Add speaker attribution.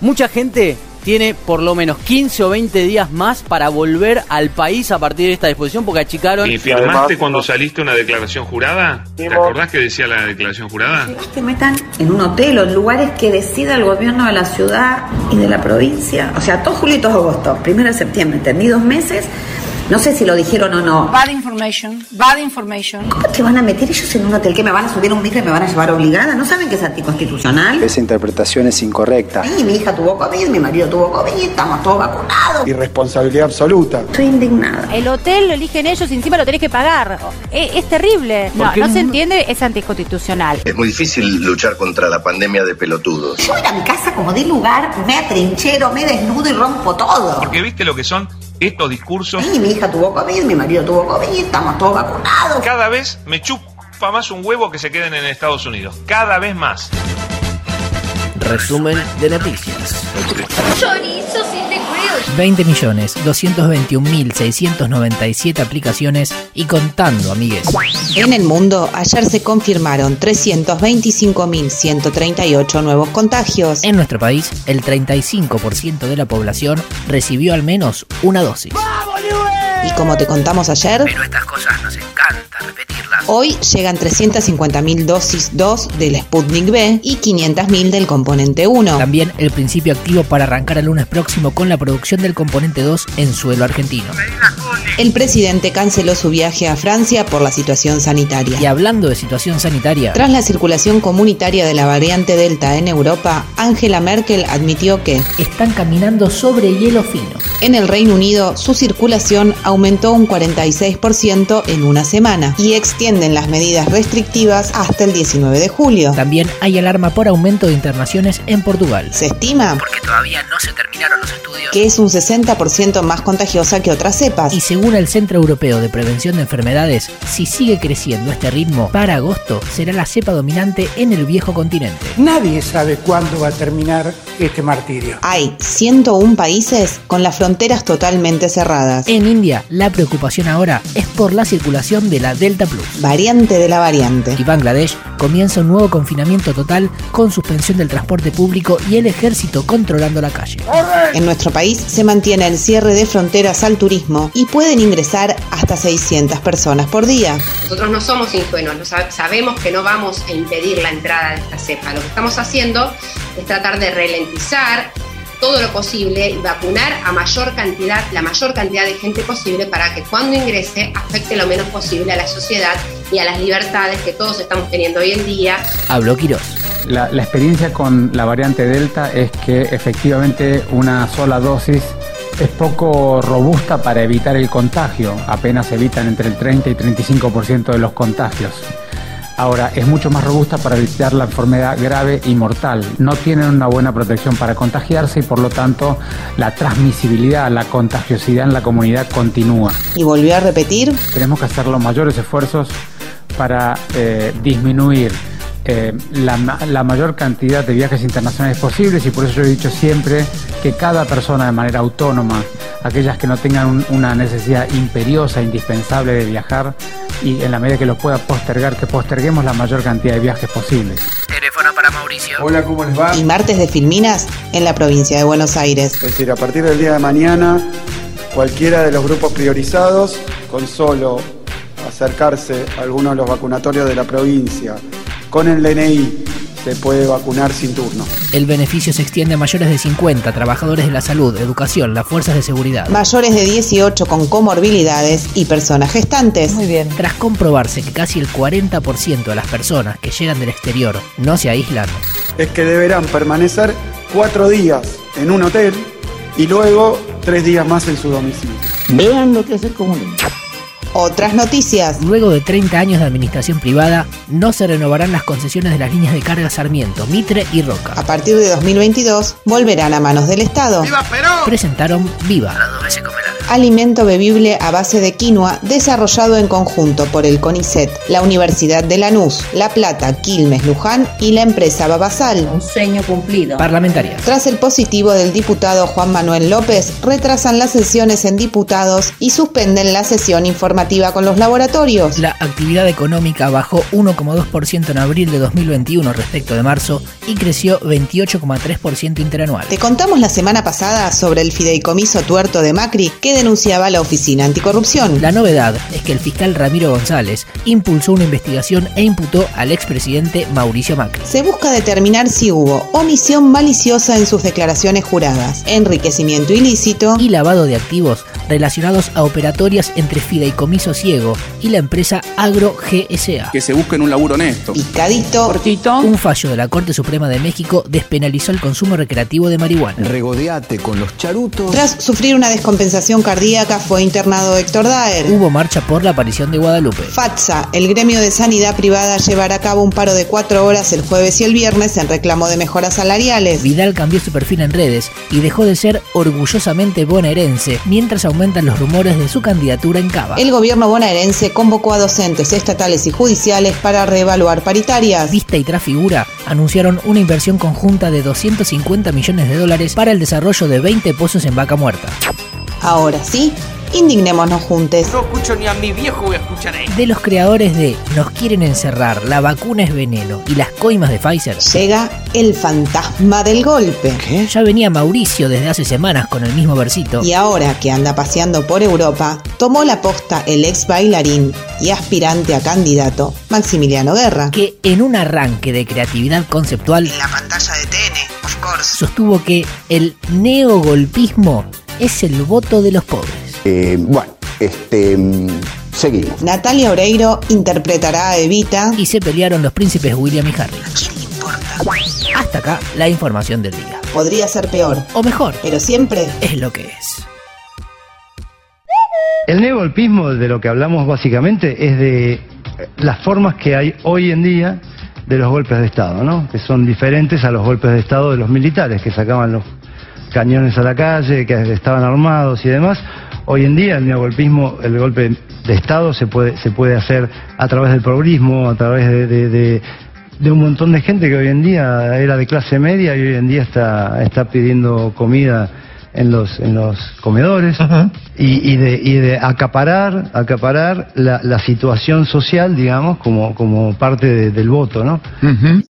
Speaker 1: Mucha gente tiene por lo menos 15 o 20 días más para volver al país a partir de esta disposición porque achicaron...
Speaker 2: ¿Y firmaste cuando saliste una declaración jurada? ¿Te acordás que decía la declaración jurada?
Speaker 3: Que metan en un hotel o en lugares que decida el gobierno de la ciudad y de la provincia. O sea, todos julio y todos agosto, primero de septiembre, entendí dos meses. No sé si lo dijeron o no.
Speaker 4: Bad information, bad information.
Speaker 3: ¿Cómo te van a meter ellos en un hotel? que me van a subir a un micro y me van a llevar obligada? ¿No saben que es anticonstitucional?
Speaker 5: Esa interpretación es incorrecta.
Speaker 3: Ay, mi hija tuvo COVID, mi marido tuvo COVID, estamos todos vacunados.
Speaker 6: Irresponsabilidad absoluta.
Speaker 3: Estoy indignada.
Speaker 7: El hotel lo eligen ellos y encima lo tenés que pagar. Es, es terrible. No, no se entiende, es anticonstitucional.
Speaker 8: Es muy difícil luchar contra la pandemia de pelotudos.
Speaker 3: Yo voy a mi casa como de lugar, me atrinchero, me desnudo y rompo todo.
Speaker 2: Porque viste lo que son estos discursos.
Speaker 3: Ay, mi hija tuvo COVID, mi marido tuvo COVID, estamos todos vacunados.
Speaker 2: Cada vez me chupa más un huevo que se queden en Estados Unidos. Cada vez más.
Speaker 9: Resumen de noticias.
Speaker 4: Chorizo sin descuido.
Speaker 9: 20.221.697 aplicaciones y contando, amigues.
Speaker 10: En el mundo, ayer se confirmaron 325.138 nuevos contagios.
Speaker 9: En nuestro país, el 35% de la población recibió al menos una dosis.
Speaker 10: Y como te contamos ayer,
Speaker 9: Pero estas cosas nos encanta repetirlas.
Speaker 10: hoy llegan 350.000 dosis 2 del Sputnik B y 500.000 del componente 1.
Speaker 9: También el principio activo para arrancar el lunes próximo con la producción del componente 2 en suelo argentino.
Speaker 10: El presidente canceló su viaje a Francia por la situación sanitaria.
Speaker 9: Y hablando de situación sanitaria,
Speaker 10: Tras la circulación comunitaria de la variante Delta en Europa, Angela Merkel admitió que
Speaker 9: están caminando sobre hielo fino.
Speaker 10: en el Reino Unido su circulación aumentó un 46% en una semana y extienden las medidas restrictivas hasta el 19 de julio.
Speaker 9: También hay alarma por aumento de internaciones en Portugal.
Speaker 10: Se estima
Speaker 9: Porque todavía no se terminaron los estudios.
Speaker 10: que es un 60% más contagiosa que otras cepas.
Speaker 9: Y según el Centro Europeo de Prevención de Enfermedades, si sigue creciendo a este ritmo, para agosto será la cepa dominante en el viejo continente.
Speaker 6: Nadie sabe cuándo va a terminar este martirio.
Speaker 10: Hay 101 países con las fronteras totalmente cerradas.
Speaker 9: En India, la preocupación ahora es por la circulación de la Delta Plus.
Speaker 10: Variante de la variante.
Speaker 9: Y Bangladesh comienza un nuevo confinamiento total con suspensión del transporte público y el ejército controlando la calle.
Speaker 10: En nuestro país se mantiene el cierre de fronteras al turismo y pueden ingresar hasta 600 personas por día.
Speaker 11: Nosotros no somos ingenuos, no sab- sabemos que no vamos a impedir la entrada de esta cepa. Lo que estamos haciendo es tratar de ralentizar todo lo posible y vacunar a mayor cantidad, la mayor cantidad de gente posible para que cuando ingrese afecte lo menos posible a la sociedad y a las libertades que todos estamos teniendo hoy en día.
Speaker 9: Habló Quirós.
Speaker 12: La, la experiencia con la variante Delta es que efectivamente una sola dosis es poco robusta para evitar el contagio. Apenas evitan entre el 30 y 35% de los contagios. Ahora, es mucho más robusta para evitar la enfermedad grave y mortal. No tienen una buena protección para contagiarse y por lo tanto la transmisibilidad, la contagiosidad en la comunidad continúa
Speaker 10: Y volvió a repetir
Speaker 12: tenemos que hacer los mayores esfuerzos para eh, disminuir eh, la, ma- la mayor cantidad de viajes internacionales posibles y por eso yo he dicho siempre que cada persona de manera autónoma, aquellas que no tengan un- una necesidad imperiosa, indispensable de viajar y en la medida que lo pueda postergar, que posterguemos la mayor cantidad de viajes posibles.
Speaker 9: Teléfono para Mauricio.
Speaker 6: Hola, ¿cómo les va?
Speaker 10: y martes de Filminas en la provincia de Buenos Aires.
Speaker 6: Es decir, a partir del día de mañana, cualquiera de los grupos priorizados, con solo acercarse a alguno de los vacunatorios de la provincia, con el DNI, se puede vacunar sin turno.
Speaker 9: El beneficio se extiende a mayores de 50, trabajadores de la salud, educación, las fuerzas de seguridad.
Speaker 10: Mayores de 18 con comorbilidades y personas gestantes.
Speaker 7: bien.
Speaker 9: Tras comprobarse que casi el 40% de las personas que llegan del exterior no se aíslan,
Speaker 6: Es que deberán permanecer cuatro días en un hotel y luego tres días más en su domicilio.
Speaker 5: Vean lo que hace el comunismo.
Speaker 10: Otras noticias.
Speaker 9: luego de 30 años de administración privada, no se renovarán las concesiones de las líneas de carga Sarmiento, Mitre y
Speaker 10: A
Speaker 9: Roca.
Speaker 10: partir de 2022 volverán a manos del Estado.
Speaker 9: Presentaron Viva.
Speaker 10: alimento bebible a base de quinoa desarrollado en conjunto por el CONICET, la Universidad de Lanús, La Plata, Quilmes, Luján y la empresa Babasal.
Speaker 13: Un sueño cumplido.
Speaker 9: Parlamentaria.
Speaker 10: Tras el positivo del diputado Juan Manuel López, retrasan las sesiones en diputados y suspenden la sesión informativa con los laboratorios.
Speaker 9: La actividad económica bajó 1,2% en abril de 2021 respecto de marzo y creció 28,3% interanual.
Speaker 10: Te contamos la semana pasada sobre el fideicomiso tuerto de Macri que denunciaba la Oficina Anticorrupción.
Speaker 9: La novedad es que el fiscal Ramiro González impulsó una investigación e imputó al expresidente Mauricio Macri.
Speaker 10: Se busca determinar si hubo omisión maliciosa en sus declaraciones juradas, enriquecimiento ilícito
Speaker 9: y lavado de activos relacionados a operatorias entre Fideicomiso Ciego y la empresa Agro GSA.
Speaker 14: Que se busquen un laburo honesto.
Speaker 10: Picadito.
Speaker 9: Cortito. Un fallo de la Corte Suprema de México despenalizó el consumo recreativo de marihuana.
Speaker 15: Regodeate con los charutos.
Speaker 10: Tras sufrir una descompensación cardíaca fue internado Héctor Daer.
Speaker 9: Hubo marcha por la aparición de Guadalupe.
Speaker 10: FATSA, el gremio de sanidad privada, llevará a cabo un paro de cuatro horas el jueves y el viernes en reclamo de mejoras salariales.
Speaker 9: Vidal cambió su perfil en redes y dejó de ser orgullosamente bonaerense mientras aumentan los rumores de su candidatura en Cava.
Speaker 10: El gobierno bonaerense convocó a docentes estatales y judiciales para reevaluar paritarias.
Speaker 9: Vista y Trafigura anunciaron una inversión conjunta de 250 millones de dólares para el desarrollo de 20 pozos en Vaca Muerta.
Speaker 10: Ahora sí, indignémonos juntos.
Speaker 13: No escucho ni a mi viejo voy a escuchar ahí.
Speaker 9: De los creadores de Nos quieren encerrar, la vacuna es veneno y las coimas de Pfizer.
Speaker 10: Llega el fantasma del golpe.
Speaker 9: ¿Qué? Ya venía Mauricio desde hace semanas con el mismo versito.
Speaker 10: Y ahora que anda paseando por Europa, tomó la posta el ex bailarín y aspirante a candidato, Maximiliano Guerra.
Speaker 9: Que en un arranque de creatividad conceptual.
Speaker 10: En la pantalla de TN, of course.
Speaker 9: Sostuvo que el neogolpismo es el voto de los pobres.
Speaker 15: Eh, bueno, este. Seguimos.
Speaker 10: Natalia Oreiro interpretará a Evita.
Speaker 9: Y se pelearon los príncipes William y Harry.
Speaker 10: ¿Quién le importa?
Speaker 9: Hasta acá la información del día.
Speaker 10: Podría ser peor.
Speaker 9: O mejor.
Speaker 10: Pero siempre
Speaker 9: es lo que es.
Speaker 16: El neogolpismo de lo que hablamos básicamente es de eh, las formas que hay hoy en día de los golpes de Estado, ¿no? Que son diferentes a los golpes de Estado de los militares que sacaban los cañones a la calle, que estaban armados y demás. Hoy en día el neogolpismo, el golpe de Estado se puede, se puede hacer a través del progrismo, a través de, de, de, de, un montón de gente que hoy en día era de clase media y hoy en día está, está pidiendo comida en los, en los comedores uh -huh. y, y, de, y de acaparar, acaparar la, la situación social, digamos, como, como parte del voto, ¿no?
Speaker 15: Uh -huh.